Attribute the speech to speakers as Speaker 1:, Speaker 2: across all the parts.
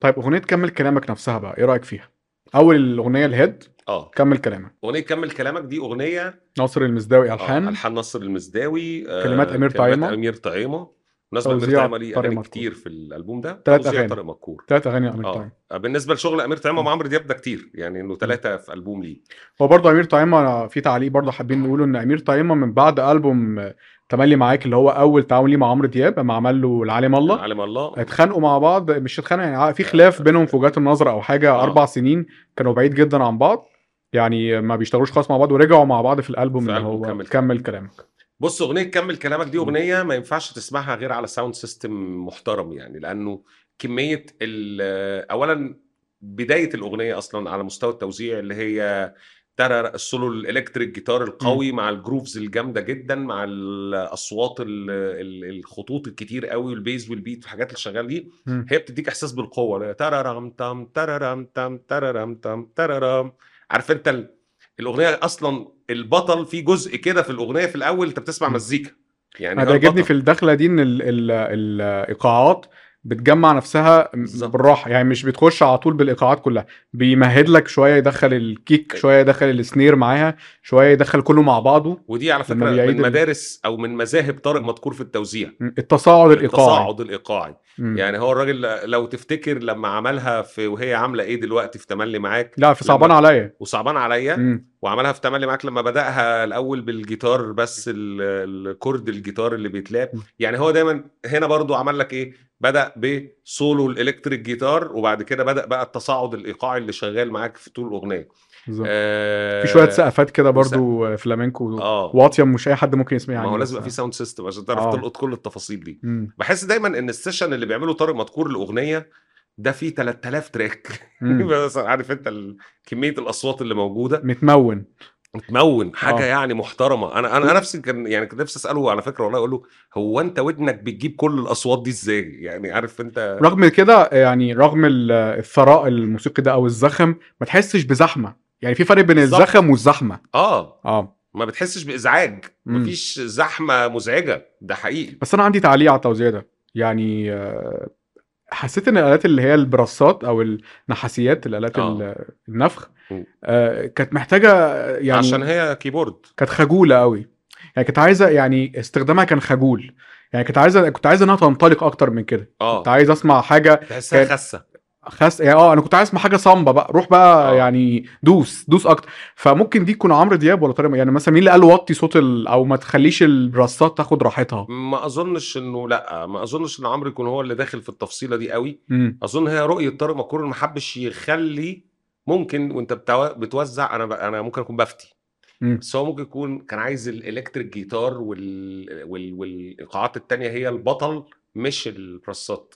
Speaker 1: طيب أغنية كمّل كلامك نفسها بقى، إيه رأيك فيها؟ أول الأغنية الhead
Speaker 2: آه.
Speaker 1: كمّل كلامك.
Speaker 2: أغنية كمّل كلامك دي أغنية
Speaker 1: ناصر المسداوي
Speaker 2: آه،
Speaker 1: ألحان.
Speaker 2: ألحان ناصر المسداوي، آآ،
Speaker 1: كلمات أمير
Speaker 2: كلمات
Speaker 1: طعيمة.
Speaker 2: أمير طعيمة، بالمناسبة أمير
Speaker 1: توزيع
Speaker 2: طعيمة ليه
Speaker 1: طارق
Speaker 2: أغاني
Speaker 1: مدكور.
Speaker 2: كتير في الألبوم ده،
Speaker 1: 3
Speaker 2: توزيع
Speaker 1: أغاني،
Speaker 2: طارق مدكور.
Speaker 1: 3 أغاني لأمير
Speaker 2: آه،
Speaker 1: طعيمة.
Speaker 2: بالنسبة لشغل أمير طعيمة
Speaker 1: إمم.
Speaker 2: مع عمرو دياب ده كتير، يعني إنه
Speaker 1: إمم.
Speaker 2: 3 في ألبوم ليه.
Speaker 1: هو برضه أمير طعيمة في تعليق برضه حابين نقوله، إن أمير طعيمة من بعد ألبوم تملّي معاك اللي هو أول تعاون ليه مع عمرو دياب، أمّا عمل له العالم الله،
Speaker 2: العالم الله.
Speaker 1: اتخانقوا مع بعض مش اتخانقوا يعني ع في خلاف
Speaker 2: آآ
Speaker 1: بينهم في وجهات النظر أو حاجة، 4
Speaker 2: آه.
Speaker 1: سنين كانوا بعيد جدًا عن بعض، يعني ما بيشتغلوش خالص مع بعض ورجعوا مع بعض في الألبوم
Speaker 2: في
Speaker 1: اللي
Speaker 2: ألبوم
Speaker 1: هو
Speaker 2: كمّل
Speaker 1: كمّل
Speaker 2: كلامك.
Speaker 1: كلامك.
Speaker 2: بُص، أغنية كمّل كلامك دي
Speaker 1: إمم.
Speaker 2: أغنية ما ينفعش تسمعها غير على sound system محترم يعني، لأنه كمية ال أولًا بداية الأغنية أصلًا على مستوى التوزيع اللي هي ترر السولو الإلكتريك جيتار
Speaker 1: إمم.
Speaker 2: القوي مع الgrooves الجامدة جدًا، مع آه، الأصوات ال ال الخطوط الكتير أوي والبيز والbeat والحاجات اللي شغالة دي،
Speaker 1: إمم.
Speaker 2: هي بتدّيك إحساس بالقوة اللي هي ترارم تم، ترارم تم، ترارم تم، ترارم عارف أنت ال الأغنية أصلًا البطل في جزء كده في الأغنية في الأول أنت بتسمع
Speaker 1: إمم.
Speaker 2: مزيكا، يعني
Speaker 1: أنا
Speaker 2: ده
Speaker 1: بيعجبني
Speaker 2: البطل.
Speaker 1: في الدخلة دي إن ال ال الإيقاعات بتجمّع نفسها م
Speaker 2: بالضبط.
Speaker 1: بالراحة، يعني مش بتخش على طول بالإيقاعات كلّها، بيمهّد لك شوية يدخّل الكيك،
Speaker 2: أ
Speaker 1: شوية يدخّل الsnare معاها، شوية يدخّل كلّه مع بعضه
Speaker 2: ودي على
Speaker 1: لمّا
Speaker 2: فكرة من
Speaker 1: بيعيد ال
Speaker 2: مدارس أو من مذاهب طارق
Speaker 1: إمم.
Speaker 2: مدكور في التوزيع.
Speaker 1: إمم، التصاعد الإيقاعي.
Speaker 2: التصاعد الإيقاعي،
Speaker 1: إمم.
Speaker 2: يعني هو الراجل لو تفتكر لمّا عملها في وهي عاملة إيه دلوقتي في تملّي معاك،
Speaker 1: لأ، في صعبان
Speaker 2: لمّا
Speaker 1: عليَّ.
Speaker 2: وصعبان عليَّ
Speaker 1: إمم.
Speaker 2: وعملها في تملّي معاك لمّا بدأها الأول بالجيتار بس ال الكورد الجيتار اللي بيتلعب،
Speaker 1: إمم.
Speaker 2: يعني هو دايمًا هنا برضه عمل لك إيه، بدأ بسولو الإلكتريك جيتار وبعد كده بدأ بقى التصاعد الإيقاعي اللي شغال معاك في طول الأغنية.
Speaker 1: بالضبط. في شوية
Speaker 2: آآ،
Speaker 1: سقفات كده
Speaker 2: وس
Speaker 1: برضه فلامنكو
Speaker 2: آه.
Speaker 1: واطية مش أي حد ممكن يسمعها
Speaker 2: ما هو
Speaker 1: يعني
Speaker 2: لازم
Speaker 1: بس
Speaker 2: يبقى في sound system عشان تعرف
Speaker 1: آه.
Speaker 2: تلقط كل التفاصيل دي.
Speaker 1: إمم.
Speaker 2: باحس دايمًا إن الsession اللي بيعمله طارق مدكور لأغنية ده فيه 3000 تراك
Speaker 1: إمم.
Speaker 2: مثلًا عارف أنت ال كمية الأصوات اللي موجودة.
Speaker 1: متموّن.
Speaker 2: متموّن، حاجة
Speaker 1: آه.
Speaker 2: يعني محترمة، أنا أنا
Speaker 1: و
Speaker 2: نفسي كان يعني كنت نفسي أسأله على فكرة والله أقول له: "هو أنت ودنك بتجيب كل الأصوات دي إزاي؟" يعني عارف أنت
Speaker 1: رغم كده يعني رغم ال الثراء الموسيقي ده أو الزخم، ما تحسش بزحمة، يعني في فرق بين
Speaker 2: بالضبط.
Speaker 1: الزخم والزحمة.
Speaker 2: آه،
Speaker 1: آه.
Speaker 2: ما بتحسش بإزعاج، ما
Speaker 1: إمم.
Speaker 2: فيش زحمة مزعجة، ده حقيقي.
Speaker 1: بس أنا عندي تعليق على التوزيع ده، يعني آآ، حسيت إن الآلات اللي هي البراسات أو النحاسيات، الآلات
Speaker 2: آه.
Speaker 1: ال النفخ
Speaker 2: إمم.
Speaker 1: آآ، كانت محتاجة
Speaker 2: عشان
Speaker 1: يعني
Speaker 2: هي كيبورد.
Speaker 1: كانت خجولة أوي، يعني كانت عايزة يعني استخدامها كان خجول، يعني كانت عايزة كنت عايز إنها تنطلق أكتر من كده، كنت
Speaker 2: آه.
Speaker 1: عايز أسمع حاجة
Speaker 2: تحسها
Speaker 1: طيب، كان
Speaker 2: خاسة.
Speaker 1: خس يعني آه، أنا كنت عايز أسمع حاجة صامبة بقى، روح بقى
Speaker 2: آه.
Speaker 1: يعني دوس، دوس أكتر، فممكن دي تكون عمرو دياب والّا طارق م يعني مثلًا مين اللي قال له وطّي صوت ال أو ما تخلّيش البراسات تاخد راحتها؟
Speaker 2: ما أظنش إنه لأ، ما أظنش إن عمرو يكون هو اللي داخل في التفصيلة دي أوي،
Speaker 1: إمم.
Speaker 2: أظن هي رؤية طارق مدكور إنه ما حبش يخلّي ممكن وأنت بتو بتوزع أنا ب أنا ممكن أكون بافتي،
Speaker 1: إمم.
Speaker 2: بس هو ممكن يكون كان عايز الإلكتريك جيتار وال وال والإيقاعات التانية هي البطل مش البراسات.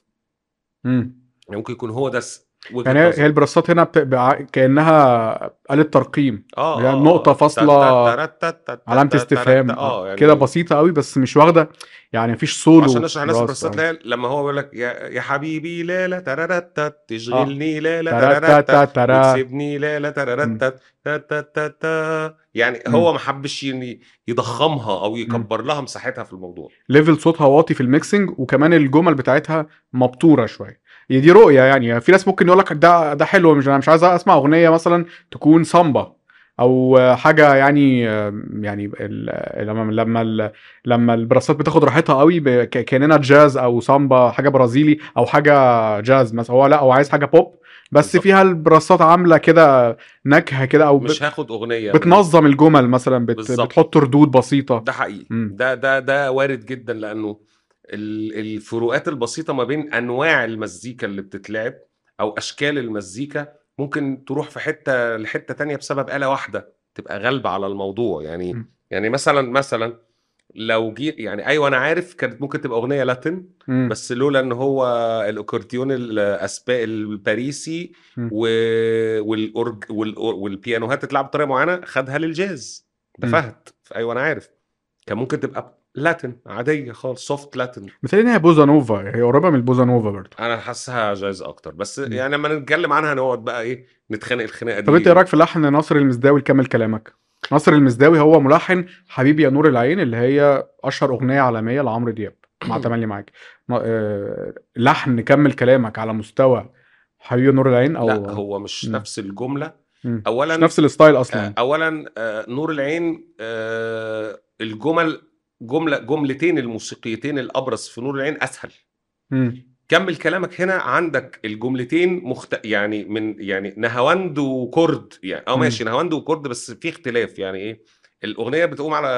Speaker 1: إمم.
Speaker 2: يعني ممكن يكون هو ده الس وجهة
Speaker 1: يعني هي هي
Speaker 2: نظره.
Speaker 1: البراسات هنا بت بع كأنها آلة ترقيم،
Speaker 2: آه،
Speaker 1: اللي هي
Speaker 2: آه،
Speaker 1: نقطة
Speaker 2: آه، ت ت
Speaker 1: فاصلة،
Speaker 2: ترت ت ت
Speaker 1: علامة
Speaker 2: ت ترت
Speaker 1: استفهام، آه،
Speaker 2: آه،
Speaker 1: كده
Speaker 2: يعني
Speaker 1: بسيطة أوي بس مش واخدة يعني ما فيش
Speaker 2: عشان
Speaker 1: solo
Speaker 2: نشرح
Speaker 1: براس
Speaker 2: للناس البراسات
Speaker 1: آه.
Speaker 2: اللي هي لما هو بيقول لك يا يا حبيبي ليلة ترارتت
Speaker 1: آه،
Speaker 2: تشغلني ليلة ترارتت
Speaker 1: تراتاتاتارا.
Speaker 2: وتسيبني ليلة
Speaker 1: إمم.
Speaker 2: ترارتت تاتاتاتا يعني
Speaker 1: إمم.
Speaker 2: هو ما حبش ين يضخّمها أو
Speaker 1: إمم.
Speaker 2: يكبر لها مساحتها في الموضوع.
Speaker 1: level صوتها واطي في الmixing وكمان الجمل بتاعتها مبتورة شوية، هي دي رؤية يعني، في ناس ممكن يقول لك ده ده حلو مش أنا مش عايز أسمع أغنية مثلًا تكون صامبة أو حاجة يعني آمم، يعني ال لما لما ال لما البراسات بتاخد راحتها أوي ب ك كأننا جاز أو صامبة حاجة برازيلي أو حاجة جاز مثلًا، هو لأ هو عايز حاجة pop بس
Speaker 2: بالضبط.
Speaker 1: فيها البراسات عاملة كده نكهة كده أو
Speaker 2: مش
Speaker 1: بت
Speaker 2: هاخد أغنية من
Speaker 1: بتنظم الجمل مثلًا، بت
Speaker 2: بالضبط.
Speaker 1: بتحط ردود بسيطة.
Speaker 2: ده حقيقي،
Speaker 1: إمم.
Speaker 2: ده ده ده وارد جدًا لأنه ال الفروقات البسيطة ما بين أنواع المزيكا اللي بتتلعب أو أشكال المزيكا، ممكن تروح في حتة لحتة تانية بسبب آلة واحدة تبقى غالبة على الموضوع، يعني
Speaker 1: إمم.
Speaker 2: يعني مثلًا مثلًا لو جي يعني أيوه أنا عارف كانت ممكن تبقى أغنية Latin
Speaker 1: إمم.
Speaker 2: بس لولا إن هو الأكورديون الأسبا الباريسي
Speaker 1: إمم.
Speaker 2: و والأورج والأ والبيانوهات تتلعب بطريقة معينة خدها للجاز، ده
Speaker 1: إمم.
Speaker 2: فهد، أيوه أنا عارف، كان ممكن تبقى Latin عادية خالص soft Latin.
Speaker 1: متهيأ لي إن هي bossa nova هي قريبة من الbossa nova برضه.
Speaker 2: أنا حاسسها جاز أكتر، بس
Speaker 1: إمم.
Speaker 2: يعني لما نتكلم عنها نقعد بقى إيه، نتخانق الخناقة
Speaker 1: طب أنت إيه
Speaker 2: دي.
Speaker 1: رأيك في لحن ناصر المسداوي لكمّل كلامك؟ ناصر المسداوي هو ملحن حبيبي يا نور العين اللي هي أشهر أغنية عالمية آه، لعمرو دياب مع تملي معاك، م آآ، لحن كمّل كلامك على مستوى حبيبي نور العين او
Speaker 2: لا هو مش
Speaker 1: مم.
Speaker 2: نفس الجمله
Speaker 1: مم.
Speaker 2: اولا
Speaker 1: مش نفس الستايل
Speaker 2: آه،
Speaker 1: اصلا
Speaker 2: اولا آه، نور العين آه، الجمل جمله جملتين الموسيقيتين الابرز في نور العين اسهل
Speaker 1: مم.
Speaker 2: كمل كلامك هنا عندك الجملتين مخت... يعني من يعني نهاوند وكرد يعني اه
Speaker 1: مم.
Speaker 2: ماشي نهاوند وكرد بس في اختلاف يعني ايه الاغنيه بتقوم على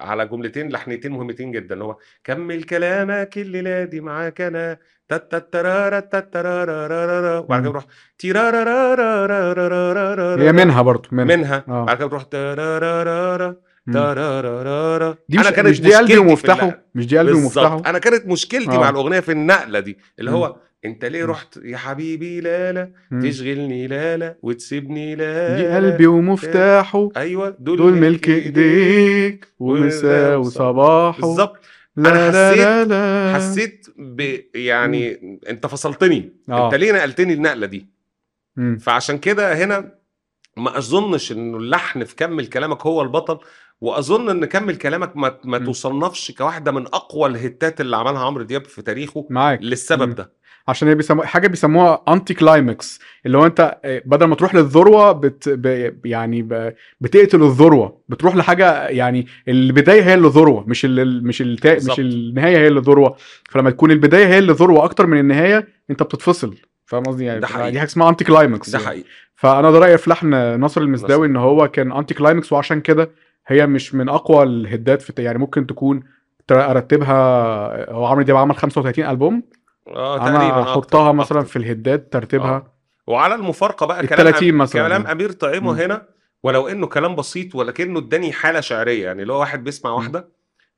Speaker 2: على جملتين لحنتين مهمتين جدا اللي هو كمل كلامك الليله دي معاك انا تت تت ترارا تت ترارا رارا وبعد كده
Speaker 1: مم.
Speaker 2: بروح تيرارا رارا رارا رارا
Speaker 1: هي منها برضو منها,
Speaker 2: منها
Speaker 1: آه.
Speaker 2: بعد كده بروح ترارا رارا
Speaker 1: مم.
Speaker 2: ترارا رارا
Speaker 1: دي مش, مش دي قلبي ومفتاحه مش دي قلبي ومفتاحه
Speaker 2: بالظبط انا كانت مشكلتي
Speaker 1: آه.
Speaker 2: مع الاغنيه في النقله دي اللي
Speaker 1: مم.
Speaker 2: هو انت ليه
Speaker 1: مم.
Speaker 2: رحت يا حبيبي لالا
Speaker 1: مم.
Speaker 2: تشغلني لالا وتسيبني لالا
Speaker 1: دي قلبي ومفتاحه
Speaker 2: ايوه دول,
Speaker 1: دول ملك
Speaker 2: ايديك
Speaker 1: ايديك ومساء
Speaker 2: وصباح.
Speaker 1: وصباحه
Speaker 2: بالظبط
Speaker 1: لا
Speaker 2: أنا
Speaker 1: لا
Speaker 2: حسيت-
Speaker 1: لا لا.
Speaker 2: حسيت ب يعني انت فصلتني
Speaker 1: آه.
Speaker 2: انت ليه نقلتني النقله دي
Speaker 1: مم.
Speaker 2: فعشان كده هنا ما اظنش انه اللحن في كمل كلامك هو البطل واظن ان كمل كلامك ما, ما
Speaker 1: مم.
Speaker 2: تصنفش كواحده من اقوى الهتات اللي عملها عمرو دياب في تاريخه
Speaker 1: معاك
Speaker 2: للسبب
Speaker 1: مم.
Speaker 2: ده
Speaker 1: عشان هي بيسمو... حاجه بيسموها انتي كلايمكس اللي هو انت آه، بدل ما تروح للذروه بت... ب... يعني ب... بتقتل الذروه بتروح لحاجه يعني البدايه هي اللي ذروه مش ال... مش التا...
Speaker 2: بالظبط.
Speaker 1: مش النهايه هي اللي ذروه فلما تكون البدايه هي اللي ذروه اكتر من النهايه انت بتتفصل فاهم قصدي يعني
Speaker 2: ده حقيقي.
Speaker 1: دي حاجه اسمها انتي كلايمكس
Speaker 2: ده
Speaker 1: يعني.
Speaker 2: حقيقي
Speaker 1: فانا ده رايي في لحن ناصر
Speaker 2: ناصر.
Speaker 1: المسداوي ان هو كان انتي كلايمكس وعشان كده هي مش من اقوى الهدات في يعني ممكن تكون تر- ارتبها هو عمرو دياب عمل 35 البوم
Speaker 2: اه
Speaker 1: انا
Speaker 2: تقريبا أكتر.
Speaker 1: احطها مثلا
Speaker 2: أكتر. آه.
Speaker 1: في الهدات ترتيبها
Speaker 2: وعلى المفارقه بقى كلام
Speaker 1: التلاتين
Speaker 2: أم-
Speaker 1: مثلاً.
Speaker 2: كلام امير طعيمه
Speaker 1: مم.
Speaker 2: هنا ولو انه كلام بسيط ولكنه اداني حاله شعريه يعني اللي هو واحد بيسمع واحده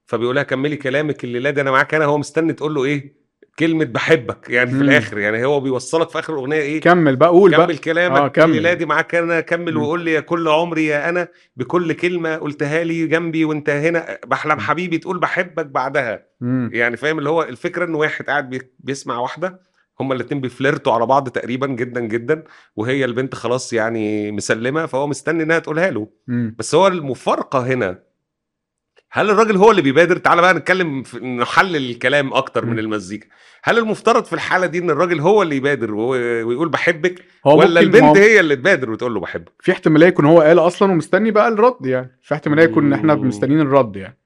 Speaker 2: فبيقول لها كملي كلامك الليله دي انا معاك انا هو مستني تقول له ايه كلمه بحبك يعني في
Speaker 1: مم.
Speaker 2: الاخر يعني هو بيوصلك في اخر الاغنيه ايه
Speaker 1: كمل بقى قول بقى
Speaker 2: كمل كلامك
Speaker 1: آه،
Speaker 2: آه
Speaker 1: كمل.
Speaker 2: كمل. ميلادي معاك انا كمل
Speaker 1: مم.
Speaker 2: وقول لي يا كل عمري يا انا بكل كلمه قلتها لي جنبي وانت هنا بحلم
Speaker 1: مم.
Speaker 2: حبيبي تقول بحبك بعدها
Speaker 1: مم.
Speaker 2: يعني فاهم اللي هو الفكره ان واحد قاعد بي- بيسمع واحده هما الاتنين بيفلرتوا على بعض تقريبا جدا جدا وهي البنت خلاص يعني مسلمه فهو مستني انها تقولها له
Speaker 1: مم.
Speaker 2: بس هو المفارقه هنا هل الراجل هو اللي بيبادر تعال بقى نتكلم في- نحلل الكلام اكتر
Speaker 1: مم.
Speaker 2: من المزيكا هل المفترض في الحاله دي ان الراجل هو اللي يبادر وهو- ويقول بحبك
Speaker 1: هو
Speaker 2: ولا
Speaker 1: ممكن هو
Speaker 2: البنت هي اللي تبادر وتقول له بحبك
Speaker 1: في احتماليه يكون هو قال اصلا ومستني بقى الرد يعني في احتماليه يكون احنا
Speaker 2: مم.
Speaker 1: مستنيين الرد يعني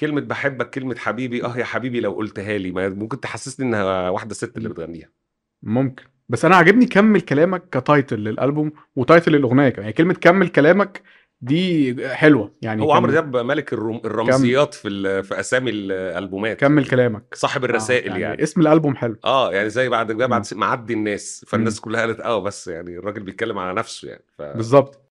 Speaker 2: كلمه بحبك كلمه حبيبي اه يا حبيبي لو قلتها لي ما ممكن تحسسني انها واحده ست اللي
Speaker 1: مم.
Speaker 2: بتغنيها
Speaker 1: ممكن بس انا عاجبني كمل كلامك كتايتل للالبوم وتايتل للاغنيه كمان يعني كلمه كمل كلامك دي حلوه يعني
Speaker 2: هو عمرو
Speaker 1: كمل-
Speaker 2: دياب ملك الرم... الرمزيات في ال... في اسامي الالبومات
Speaker 1: كمل كلامك
Speaker 2: صاحب
Speaker 1: آه،
Speaker 2: الرسائل يعني. يعني
Speaker 1: اسم الالبوم حلو
Speaker 2: اه يعني زي بعد
Speaker 1: مم.
Speaker 2: آه، بعد معدي الناس فالناس كلها قالت اه بس يعني الراجل بيتكلم على نفسه يعني ف...
Speaker 1: بالظبط